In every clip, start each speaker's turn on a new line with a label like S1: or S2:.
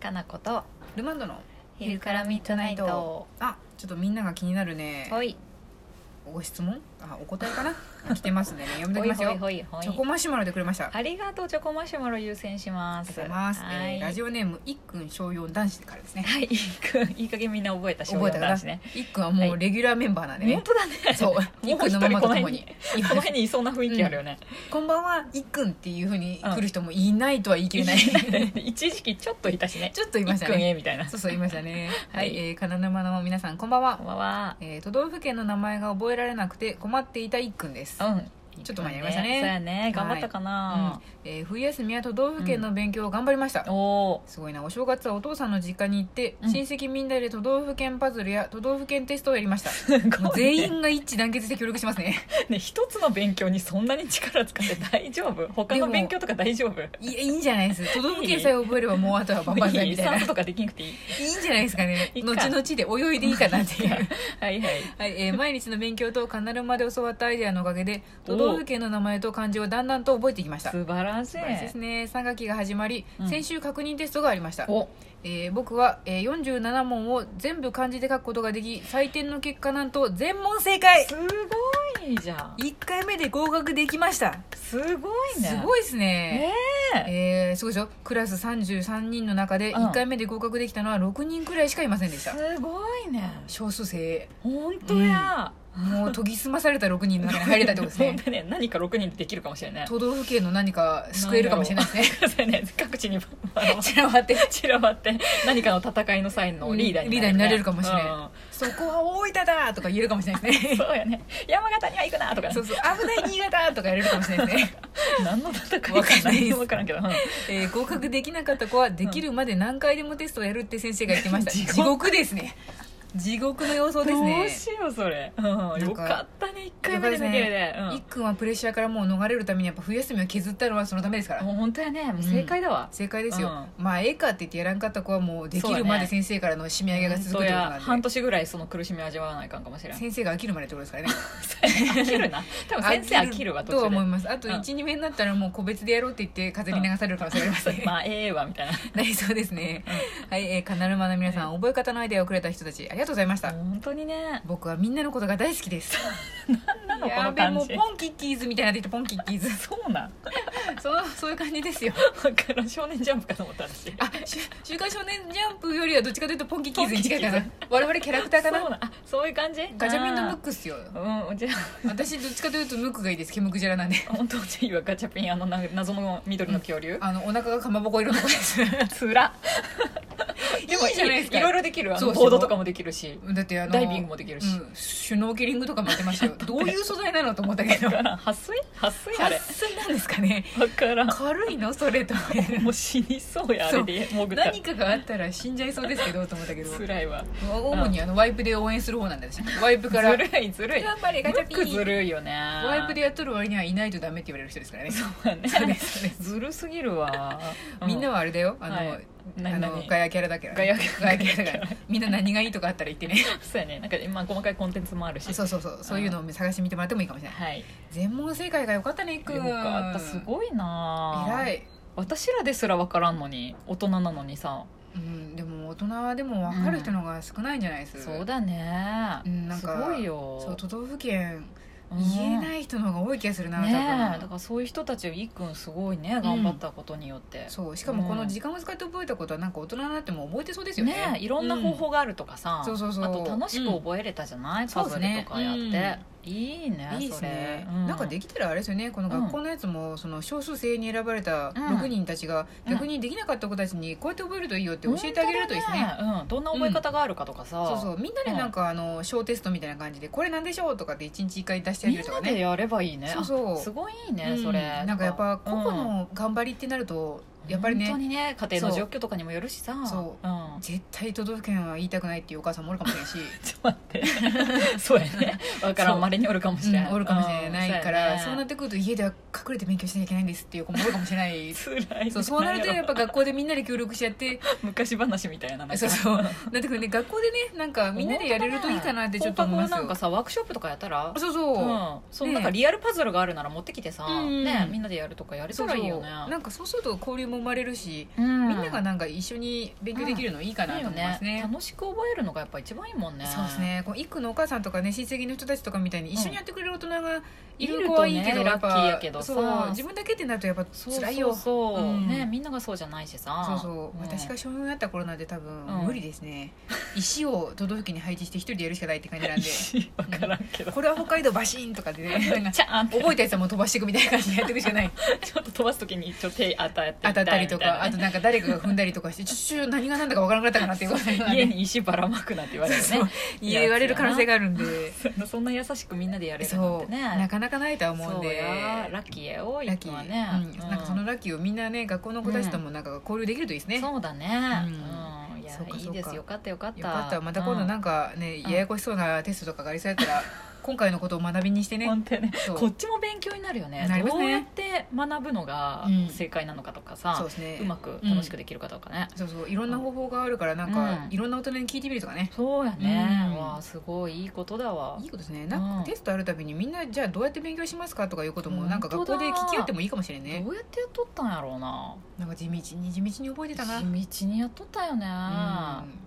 S1: かなこと
S2: ルマンドの
S1: 昼からミッドナイト
S2: あちょっとみんなが気になるね
S1: ほい
S2: ご質問あお答えかな 来てますね 読みと
S1: ほ
S2: き
S1: い
S2: ます
S1: ほい
S2: よ
S1: ほいほ
S2: チョ
S1: い
S2: コマシュマロでくれましたあ
S1: ありがとうチョコマシュマロ優先しま
S2: りが
S1: す
S2: とうございます、え
S1: は
S2: ー
S1: い、
S2: ラジオネームいっくん小4男子からです ね
S1: はいいいかいい加減みんな覚えたし
S2: 覚えたか
S1: 男
S2: な
S1: 子ね
S2: いっくんはも
S1: は
S2: う
S1: い
S2: レギュラーメンバーなんで
S1: 本
S2: ね、
S1: 当だね
S2: そうい
S1: も
S2: っ
S1: う
S2: くん
S1: 一
S2: のマ
S1: 人
S2: マ
S1: ことの
S2: とも
S1: 辺
S2: に
S1: にこの辺にいそうな雰囲気あるよね、
S2: こんばんはいっくんっていうふうに来る人もいないとは言い切れない
S1: 一時期ちょっといたしね
S2: ちょっとい
S1: い
S2: ま
S1: っ
S2: した
S1: くん
S2: ね
S1: えみたいな
S2: そうそういましたねは、
S1: はいい
S2: えー、金沼の皆さんこんばんは
S1: こんばんは
S2: えー、都道府県の名前が覚えられなくて困っていたいっくんです、
S1: うん
S2: ちょっと前にやりましたね
S1: そうやね頑張ったかな、
S2: えー冬休みは都道府県の勉強を頑張りました、
S1: おお
S2: すごいなお正月はお父さんの実家に行って、
S1: うん
S2: 親戚みんなで都道府県パズルや都道府県テストをやりま した
S1: すごいね
S2: もう全員が一致団結して協力しますね
S1: ね一つの勉強にそんなに力使って大丈夫他の勉強とか大丈夫
S2: いやいいんじゃないです都道府県さえ覚えればもうあとはバンバンさん
S1: いい
S2: みたいない
S1: 算
S2: い
S1: 数とかできなくていい
S2: いんじゃないですかね
S1: いいか
S2: 後々で泳いでいいかなっていう
S1: はいはい
S2: はい、えー毎日の勉強とカナルまで教わったアイデアのおかげで都道府県の名前と漢字をだんだんと覚えていきました
S1: 素晴らしい
S2: 素晴らしいですね3学期が始まり、
S1: うん
S2: 先週確認テストがありました、
S1: お
S2: えー僕は、えー47問を全部漢字で書くことができ採点の結果なんと全問正解
S1: すごいじゃん
S2: 1回目で合格できました
S1: すごいね
S2: す
S1: い
S2: ごいですね
S1: ねえ
S2: えーすごいでしょクラス33人の中で
S1: うん
S2: 1回目で合格できたのは6人くらいしかいませんでした
S1: すごいね
S2: 少数生
S1: 本当や、
S2: もう研ぎ澄まされた6人の中に入れたってことで す
S1: 本
S2: ね
S1: 当ね何か6人でできるかもしれない
S2: 都道府県の何か救えるかもしれないですね
S1: そうやね各地にあの
S2: 散らばって
S1: 散らばって何かの戦いの際のリーダーに、
S2: リーダーになれるかもしれない
S1: うん
S2: そこは大分だとか言えるかもしれないで すね
S1: そうやね山形には行くなとかね
S2: そうそう危ない新潟とかやれるかもしれないですね
S1: 何の戦いか
S2: わかんないです
S1: 分からんけど、うん
S2: えー合格できなかった子はできるまで何回でもテストをやるって先生が言ってました
S1: 地
S2: 地
S1: 獄
S2: 獄ですね地獄の様相です
S1: どう
S2: ね
S1: しようそれ、
S2: か
S1: うん、よかったね一回目で抜けるで、
S2: いっくんはプレッシャーからもう逃れるためにやっぱ冬休みを削ったのはそのためですか
S1: うん、も
S2: ら
S1: う本当やねもう正解だわ、
S2: 正解ですよ、まあええかって言ってやらんかった子はもうでき
S1: そう
S2: る
S1: だ
S2: ま
S1: ね
S2: で先生からの締め上げが続く
S1: 本当
S2: ってこと
S1: や
S2: なん
S1: 半
S2: で
S1: 年ぐらいその苦しみを味わわないかんかもしれん
S2: 先生が飽きるまでってことですからね
S1: 飽きるな 多分先生飽きるわ
S2: とは
S1: 途中
S2: 思い
S1: で
S2: ますあと
S1: うん
S2: 12面になったらもう個別でやろうって言って風に流される可能性がありますね、
S1: まあええわみたいな
S2: なりそうですね、はい、えー、カナルマの皆さん覚え方のアイデアをくれた人たちありがとうございました、
S1: 本当にね
S2: 僕はみんなのことが大好 きです
S1: なんなのこ
S2: や
S1: の
S2: べ
S1: 感
S2: もう
S1: じ
S2: ポンキッキーズみたいなの出てポンキッキ ーズ
S1: そうなん
S2: そのそういう感じですよ
S1: だから少年ジャンプかと思った私
S2: あし「週刊少年ジャンプ」よりはどっちかというとポンキッキーズに近い
S1: ポ
S2: か
S1: ン
S2: な
S1: キッ
S2: 我々キャラクターか
S1: そう
S2: な
S1: なんあそういう感じ
S2: ガチャピンのムッ
S1: ク
S2: クっすよ
S1: うんじゃ
S2: 私どっちかというとムックがいいですケムクジャラなんで
S1: あ本当じゃあいいわガチャピンあのな謎の緑の恐竜
S2: あのお腹がかまぼこ色の子です
S1: つらでも
S2: いいじゃないですか
S1: いろいろできるあ
S2: そう
S1: の
S2: そう
S1: ボードとかもできるし
S2: だってあの
S1: ダイビングもできるし
S2: うんシュノーケリングとかもやってましたよどういう素材なのと思ったけど
S1: だから撥水撥水 あれ
S2: 撥水なんですかね
S1: 分からん
S2: 軽いのそれと思って
S1: もう死にそうやあ
S2: そう
S1: れで潜ったら
S2: 何かがあったら死んじゃいそうですけどと思ったけど
S1: つらいわ
S2: 主にあのワイプで応援する方なんだ私ワイプから
S1: ずるいずるい
S2: 頑張れガチャ
S1: よくず
S2: ピン
S1: るいよね
S2: ワイプでやっとる割にはいないとダメって言われる人ですからね
S1: そうやね
S2: そうですそうで
S1: ずるすぎるわ
S2: みんな
S1: は
S2: はあれだよあの、
S1: はい
S2: あ
S1: 何
S2: の
S1: 何
S2: ガヤキャラだから、
S1: ガヤ
S2: ガヤキャラだ
S1: ガ
S2: か
S1: ヤキャ
S2: らみんな何がいいとかあったら言って ね
S1: そうやねなんか今細かいコンテンツもあるし
S2: そうそうそうそういうのを探してみてもらってもいいかもしれない
S1: はい
S2: 全問正解がよかったねいっくん
S1: よかったすごいな
S2: 偉
S1: い
S2: い、
S1: 私らですら分からんのに大人なのにさ
S2: うん、でも大人でも分かる人の方が少ないんじゃないですか、
S1: そうだね
S2: うんなん
S1: す
S2: か
S1: ごいよ
S2: そう都道府県
S1: うん
S2: 言えない人の方が多い気がするな、
S1: ねえ
S2: 多
S1: だ
S2: 分
S1: からそういう人たちをいっくんすごいね頑張ったことによって、
S2: そうしかもこ
S1: う
S2: の
S1: ん
S2: 時間を使って覚えたことはなんか大人になっても覚えてそうですよね
S1: ねえいろんな方法があるとかさ、
S2: うんそうそうそう
S1: あと楽しく覚えれたじゃない、パズルとかやって、
S2: そうですね
S1: いいね
S2: うんいいです
S1: それ
S2: ね、なんかで
S1: き
S2: きたらあれですよねこの学校のやつもその少数生に選ばれた6人たちが
S1: うん
S2: 逆にできなかった子たちにこうやって覚えるといいよって教えてあげれるといいですね
S1: うん、どんな覚え方があるかとかさ、
S2: そうそうみんなでなんかあの小テストみたいな感じでこれなんでしょうとかって1日1回出してあげ
S1: みん
S2: ると
S1: な
S2: か
S1: で
S2: ね
S1: やればいいね
S2: そうそう
S1: あすごいいいね、
S2: うん
S1: それ
S2: なんかやっぱ個々
S1: うん
S2: の頑張りってなるとやっぱり
S1: 本当
S2: ね
S1: にね家庭の状況とかにもよるしさ、
S2: そう
S1: ん、
S2: 絶対都道府県は言いたくないっていうお母さんもおるかもしれんし
S1: ちょっと待って そうやねわから
S2: そうん
S1: まれにおるかもしれん、
S2: うんおるかもしれないから、そうなっててくると家では隠れて勉強しなきゃいけないんですっていう子もおるかもしれな い
S1: 辛い
S2: そうそうなるとやっぱ学校でみんなで協力しち ゃって
S1: 昔話みたいななんか
S2: そ うそうなってくるね学校でねなんかみんなでやれるといいかなってちょっと思います
S1: 放課後なん
S2: よ
S1: かさワークショップとかやったら
S2: そうそう、
S1: うん、そう
S2: ね
S1: なんかリアルパズルがあるなら持ってきてさ、
S2: うん
S1: ね、みんなでやるとかやれた
S2: そう
S1: ら
S2: そう
S1: いいよね
S2: なんかそうすると交流もも生まれるし、
S1: うん
S2: みんながなんか一緒に勉強できるのいいかなと思いますね。
S1: 楽しく覚えるのがやっぱ一番いいもんね
S2: そうですねこう一区のお母さんとかね親戚の人たちとかみたいに一緒にやってくれる大人がい
S1: いる
S2: る
S1: と
S2: 子
S1: ね
S2: はいいけど、やっぱ
S1: ラッキーやけどさ
S2: そう自分だけってなるとやっぱ
S1: そう
S2: 辛い
S1: そ
S2: よ
S1: うそう、
S2: うん
S1: ねみんながそうじゃないしさ
S2: そうそう、
S1: ん
S2: 私が小4になった頃なんて多分
S1: うん
S2: 無理です ね、石を都道府県に配置して一人でやるしかないって感じ なんで
S1: 分からんけ ど、
S2: これは北海道バシーンとかで ねなんか
S1: ちゃんって
S2: 覚えたやつはもう飛ばしていくみたいな感じでやっていくしかない
S1: ちょっと飛ばす時に一応手当たって
S2: 当たったりと
S1: 痛いみい
S2: か
S1: な
S2: あとなんか誰かが踏んだりとかしてちょちょちょ何が何だか分からなくなったかなっていうこと が
S1: 家
S2: ね
S1: に石ばらまくなって言われるね
S2: そう言われる可能性があるんで
S1: そんな優しくみんなでやれるなん
S2: そ
S1: て
S2: う
S1: ね
S2: なかなかないとは思うん
S1: そう
S2: で
S1: やラッキーやよ
S2: ラ
S1: い
S2: ッキ
S1: く
S2: ー、
S1: はね、
S2: うんなんかそのラッキーをみんなね学校の子たちともなんか交流できるといいですね、よ
S1: そうだね、
S2: う
S1: うんんいや
S2: そうかそうか
S1: いいですよかったよかった
S2: かったまた今度なん
S1: か、
S2: んかね、
S1: うん
S2: ややこしそうなテストとかがあ りそうやったら今回のことを学びにして
S1: ね、
S2: ね
S1: 本当ね
S2: そう
S1: こっちも勉強になるよね
S2: なります
S1: ど
S2: ね
S1: うやって学ぶのが
S2: うん
S1: 正解なのかとか
S2: そう
S1: さ、
S2: ですね
S1: うまく楽しくできるかとかね、
S2: そうそういろんな方法があるからなんか、
S1: うん
S2: いろんな大人に聞いてみるとかね
S1: そうやね、
S2: うん
S1: わあすごいいいことだわ
S2: いいことですねなん
S1: う
S2: か
S1: ん
S2: テストあるたびにみんなじゃあどうやって勉強しますかとかいうことも
S1: うん
S2: なんか学校で聞き合ってもいいかもしれんね
S1: どうやってやっとったんやろうな
S2: なんか地道に地道に覚えてたなうん
S1: 地道にやっとったよね、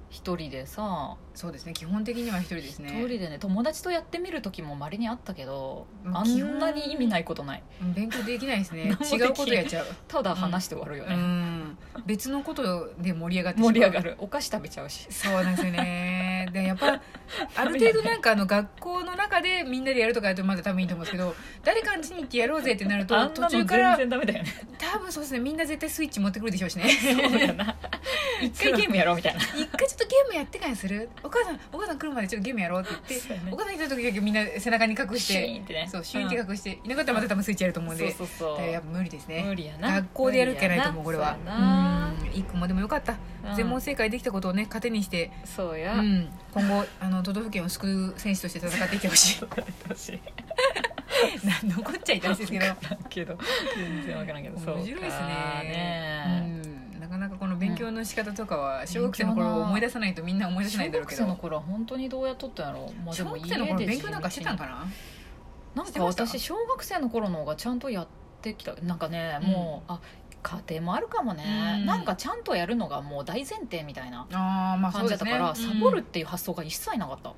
S1: 一人でさ
S2: そうですね基本的には一人です
S1: 一
S2: ね
S1: 人でね友達とやってみる時もまれにあったけど
S2: まあ
S1: あんなに意味ないことない
S2: うん勉強できないですね
S1: 何もでき
S2: 違
S1: ん
S2: うことやっちゃう
S1: ただ話して終わるよ
S2: う
S1: ね、
S2: ん別のことで盛り上がってしまう
S1: 盛り上がるお菓子食べちゃうし
S2: そうなんですよね でやっぱある程度なんかあの学校の中でみんなでやるとかやるとまだ多分いいと思うんですけど誰かんちに行ってやろうぜってなると
S1: あん
S2: 途
S1: なの
S2: 中
S1: 全
S2: から
S1: 然ダメだよね
S2: 多分そうですねみんな絶対スイッチ持ってくるでしょうしね
S1: そうや な一回ゲームやろうみたいな
S2: 一回ちょっとゲームやってからにするお母さんお母さん来るまでちょっとゲームやろうって言って、
S1: そうやね
S2: お母さん来た時だけみんな背中に隠し
S1: シ
S2: て
S1: ーンってね
S2: そうシュンって隠して、いなかったらまた多分スイッチやると思うんで
S1: そうそうそう
S2: だからやっぱ無理ですね
S1: 無理やな
S2: 学校でやるっきゃないと思うこれは
S1: 無理やな
S2: うん一個もでもよかった、
S1: うん
S2: 全問正解できたことをね糧にして、
S1: そう
S2: う
S1: や、
S2: ん、今後あの都道府県を救う選手として戦っていってほしい
S1: 私
S2: な残っちゃいたいですけど
S1: わからんけど全然わからんけどそうか
S2: 面白いですね
S1: ね
S2: うん、なかなかこの勉強の仕方とかは小学生の頃を思い出さないとみんな思い出せない
S1: 小
S2: んだろうけ
S1: 学
S2: ど
S1: 生の頃は本当にどうやっとったんやろう、まあ、で
S2: 小
S1: も
S2: 学生の頃
S1: 家で
S2: 勉強なんかしてたんかな
S1: な
S2: し
S1: ん
S2: て
S1: か
S2: ました
S1: 私小学生の頃の方がちゃんとやってきたなんかね、もうあ家庭もあるかもね、
S2: うん
S1: なんかちゃんとやるのがもう大前提みたいな
S2: ああまあそ
S1: 感
S2: う
S1: じだった
S2: ですね
S1: から、
S2: うん
S1: サボるっていう発想が一切なかった、
S2: うん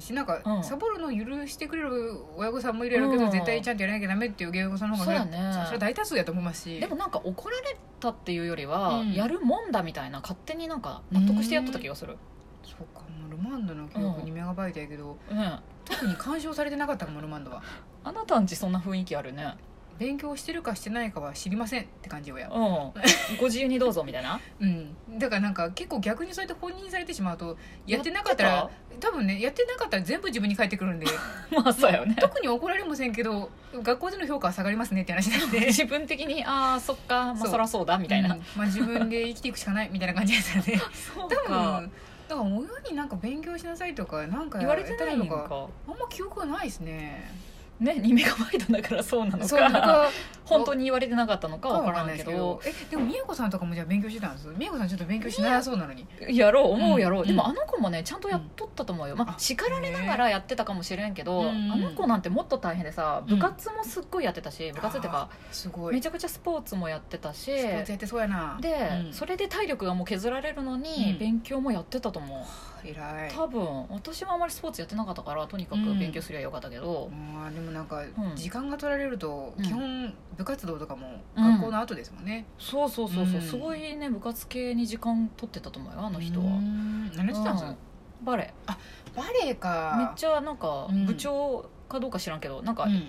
S2: しなんか、
S1: うん
S2: サボるのを許してくれる親御さんもいるやろうけど、
S1: うん
S2: 絶対ちゃんとやらなきゃダメっていう親御さんの方が
S1: そうだね
S2: それは大多数やと思いますし
S1: でもなんか怒られたっていうよりは、
S2: うん
S1: やるもんだみたいな勝手になんか納得してやっとった気がする
S2: そうかもうルマンドの記憶にメガバイトやけど、
S1: うん、あ
S2: 特に干渉されてなかったかもルマンドは
S1: なたんちそんな雰囲気あるね
S2: 勉強してるかしてないかは知りませんって感じ親
S1: うんご自由にどうぞみたいな
S2: うんだからなんか結構逆にそうやって放任されてしまうと やってなかった
S1: や
S2: ら
S1: って
S2: 多分ねやってなかったら全部自分に返ってくるんで
S1: まあそうよね
S2: 特に怒られませんけど学校での評価は下がりますねって話なんで
S1: 自分的にああそっか、ま
S2: そ
S1: あ、
S2: う
S1: そらそうだみたいな、
S2: うんまあ、自分で生きていくしかないみたいな感じですよね
S1: そう
S2: 多分だから親になんか勉強しなさいとかなんか
S1: 言われてないの
S2: やったら
S1: か
S2: あんま記憶がないですね
S1: ね2メガバイトだからそうなのか
S2: そうなんか
S1: 本当に言われてなかったのか
S2: か
S1: わ
S2: わ
S1: か
S2: からら
S1: ん
S2: ないで
S1: け
S2: すけど
S1: ど
S2: えでも美恵子さんとかもじゃあ勉強してたんです美恵子さんちょっと勉強しなさそうなのに
S1: やろう思うやろう、
S2: うん
S1: でもあの子もねちゃんとやっとったと思うよ、ま
S2: あ
S1: あ、叱られながらやってたかもしれんけど、
S2: うん
S1: あの子なんてもっと大変でさ
S2: うん
S1: 部活もすっごいやってたし、部活っていうか
S2: すご
S1: め
S2: い
S1: ちゃくちゃスポーツもやってたし
S2: スポーツやってそうやな
S1: で、
S2: うん
S1: それで体力がもう削られるのに、
S2: うん
S1: 勉強もやってたと思う
S2: 偉い
S1: 多分私はあまりスポーツやってなかったからとにかく
S2: うん
S1: 勉強すりゃよかったけど、
S2: まあでもなんか
S1: うん
S2: 時間が取られると
S1: うん
S2: 基本部活動とかも
S1: うん
S2: 学校の後ですもんね、
S1: そうそうそうそう、
S2: うん
S1: すごいね部活系に時間取ってたと思うよあの人は、
S2: うん何やってたんです
S1: うんバレエ
S2: バレエか
S1: めっちゃなんか
S2: うん
S1: 部長かどうか知らんけどなんか
S2: うん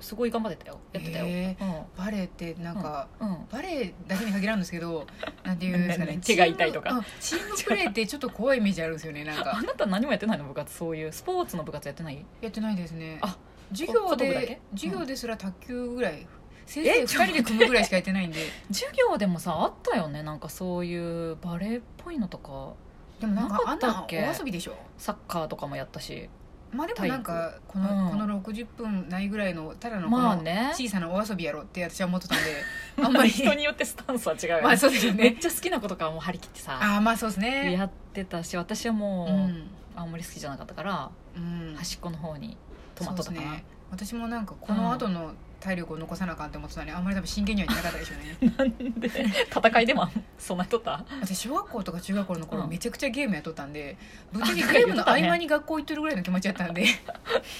S1: すごい頑張ってたよやってたよ、
S2: へバレエってなんか、
S1: うんうん
S2: バレエだけに限らんですけ どなんていうんですかね
S1: 何手が痛いとか
S2: チームうんチームプレーってちょっと怖いイメージあるんですよねなん
S1: あ
S2: か
S1: なた何もやってないの部活そういうスポーツの部活やってない
S2: やってないですね
S1: あ
S2: 授業
S1: こ小道具だけ
S2: で
S1: うん
S2: 授業ですら卓球ぐらい先
S1: え
S2: 生二人で組むぐらいしかやってないんで
S1: 授業でもさあったよねなんかそういうバレーっぽいのとか
S2: でもなんかあ
S1: なんかった
S2: な
S1: っけ
S2: お遊びでしょ
S1: サッカーとかもやったし
S2: まあでもなんかこ
S1: う
S2: の
S1: ん
S2: この60分ないぐらいのただのこ
S1: まあ
S2: の
S1: ね
S2: 小さなお遊びやろって私は思ってたんで あんまり
S1: 人によってスタンスは違うよ、ね
S2: まあそうですよ
S1: めっ
S2: ね
S1: ちゃ好きなことからもう張り切ってさ
S2: ああまあそうですね
S1: やってたし私はも
S2: う
S1: う、
S2: ん
S1: あんまり好きじゃなかったから
S2: うん
S1: 端っこの方に泊まっとったかな、
S2: そうですね私もなんかこの後の体力を残さなあかんって思ってたのにあんまり多分真剣にはやってなかったでしょうね
S1: なんで戦いでもそんなとった
S2: 私小学校とか中学校の頃
S1: うん
S2: めちゃくちゃゲームやっとったんでぶっちゃけ
S1: あ
S2: ゲー
S1: や
S2: ムの合
S1: っとった
S2: 間
S1: ね
S2: に学校行ってるぐらいの気持ちやったんで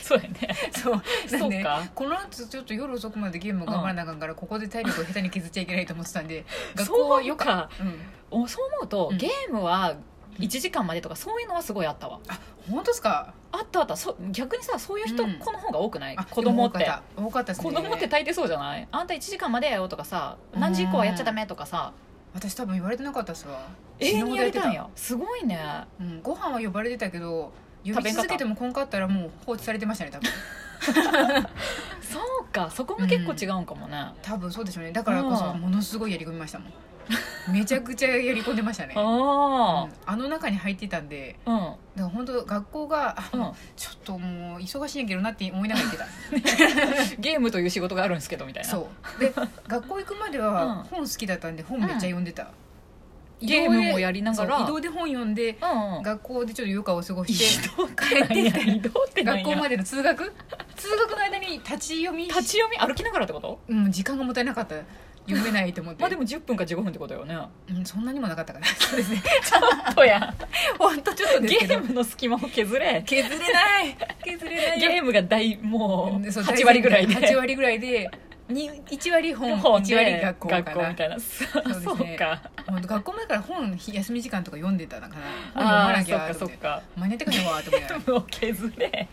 S1: そうやね
S2: そうな
S1: そ
S2: ん
S1: う
S2: で
S1: か
S2: この後ちょっと夜遅くまでゲームを頑張らなあかんから、ここで体力を下手に削っちゃいけないと思ってたんで学校はよ
S1: そう
S2: かっ
S1: か
S2: た、うん、
S1: おそう思うと、
S2: うん
S1: ゲームは1時間までとかそういうのはすごいあったわ
S2: 本当ですか
S1: あったあったそ逆にさそういう人
S2: うん
S1: 子の方が多くない、
S2: あ
S1: 子供っ
S2: で
S1: て
S2: も多かった多かったですね
S1: 子供って大抵そうじゃないあんた1時間までやよとかさ何時以降はやっちゃダメとかさ
S2: 私多分言われてなかったっすわ
S1: 永遠にやりたいん
S2: や、
S1: やすごいね
S2: うん、ご飯は呼ばれてたけど呼
S1: 食べ
S2: び
S1: んかった
S2: 続けてもこんかったらもう放置されてましたね 多分
S1: そうかそこも結構違うんかもね、
S2: 多分そうでしょうねだからこそ
S1: うん
S2: ものすごいやり込みましたもん めちゃくちゃやり込んでましたね、うん
S1: あ
S2: あの中に入ってたんで
S1: あうん
S2: だから本当学校があ
S1: うん、
S2: ちょっともう忙しいんやけどなって思いながら行 ってた
S1: ゲームという仕事があるんですけどみたいな
S2: そうで学校行くまで
S1: うん
S2: は本好きだったんで本めっちゃ読んでた、
S1: ゲームもやりながら
S2: そう移動で本読んで
S1: うんうん
S2: 学校でちょっと余暇を過ご
S1: 移
S2: して
S1: 動から
S2: 帰ってきた
S1: 移動ってなん
S2: 学
S1: や
S2: 校までの通学通学の間に立ち読み
S1: 立ち読み歩きながらってこと
S2: うん、時間がもったいなかった読めないと思って
S1: まあでも10分か15分ってこと よね
S2: うん、そんなにもなかっ たかなそうですね
S1: そう や
S2: 本当ちょっとで
S1: ゲ
S2: すけど
S1: ームの隙間を削れ
S2: 削れない削れないよ
S1: ゲームが大もう
S2: うんそう
S1: 8割ぐらいで
S2: 8割ぐらいでに1割本
S1: 本
S2: 1割学校か
S1: 学校み
S2: な
S1: たいなそう
S2: ですね
S1: そうか
S2: 本当学校前から本休み時間とか読んでたのかな本読ま
S1: ああ
S2: なき
S1: そっ
S2: ゃ
S1: か
S2: と
S1: そっ
S2: 思って
S1: か
S2: 間に合ってかへんわと思い ながら
S1: ゲームを削れ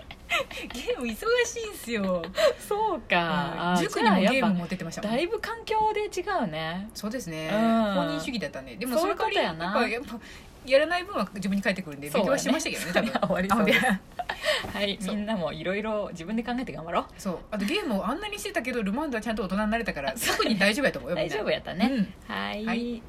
S2: ゲーム忙しいんすよ
S1: そうかあ
S2: 塾にも
S1: じゃあ
S2: ゲー
S1: やっ
S2: ム
S1: ぱ
S2: 持ってってましたもん
S1: だいぶ環境で違うね
S2: そうですね
S1: うん
S2: 放任主義だったねでもその代わり
S1: そうい
S2: や
S1: う
S2: っ
S1: ことや
S2: ぱ
S1: な
S2: やっぱやらない分は自分に返ってくるんで勉強はしましたけど ね多分
S1: 多分終わりそう
S2: あ
S1: で
S2: です
S1: はい
S2: そ
S1: み
S2: うん
S1: なもいろいろ自分で考えて頑張ろう
S2: そうあとゲー ムをあんなにしてたけどルマンドはちゃんと大人になれたから特に大丈夫やと思うよみん
S1: 大
S2: な
S1: 丈夫やったね、
S2: うん
S1: はい
S2: はい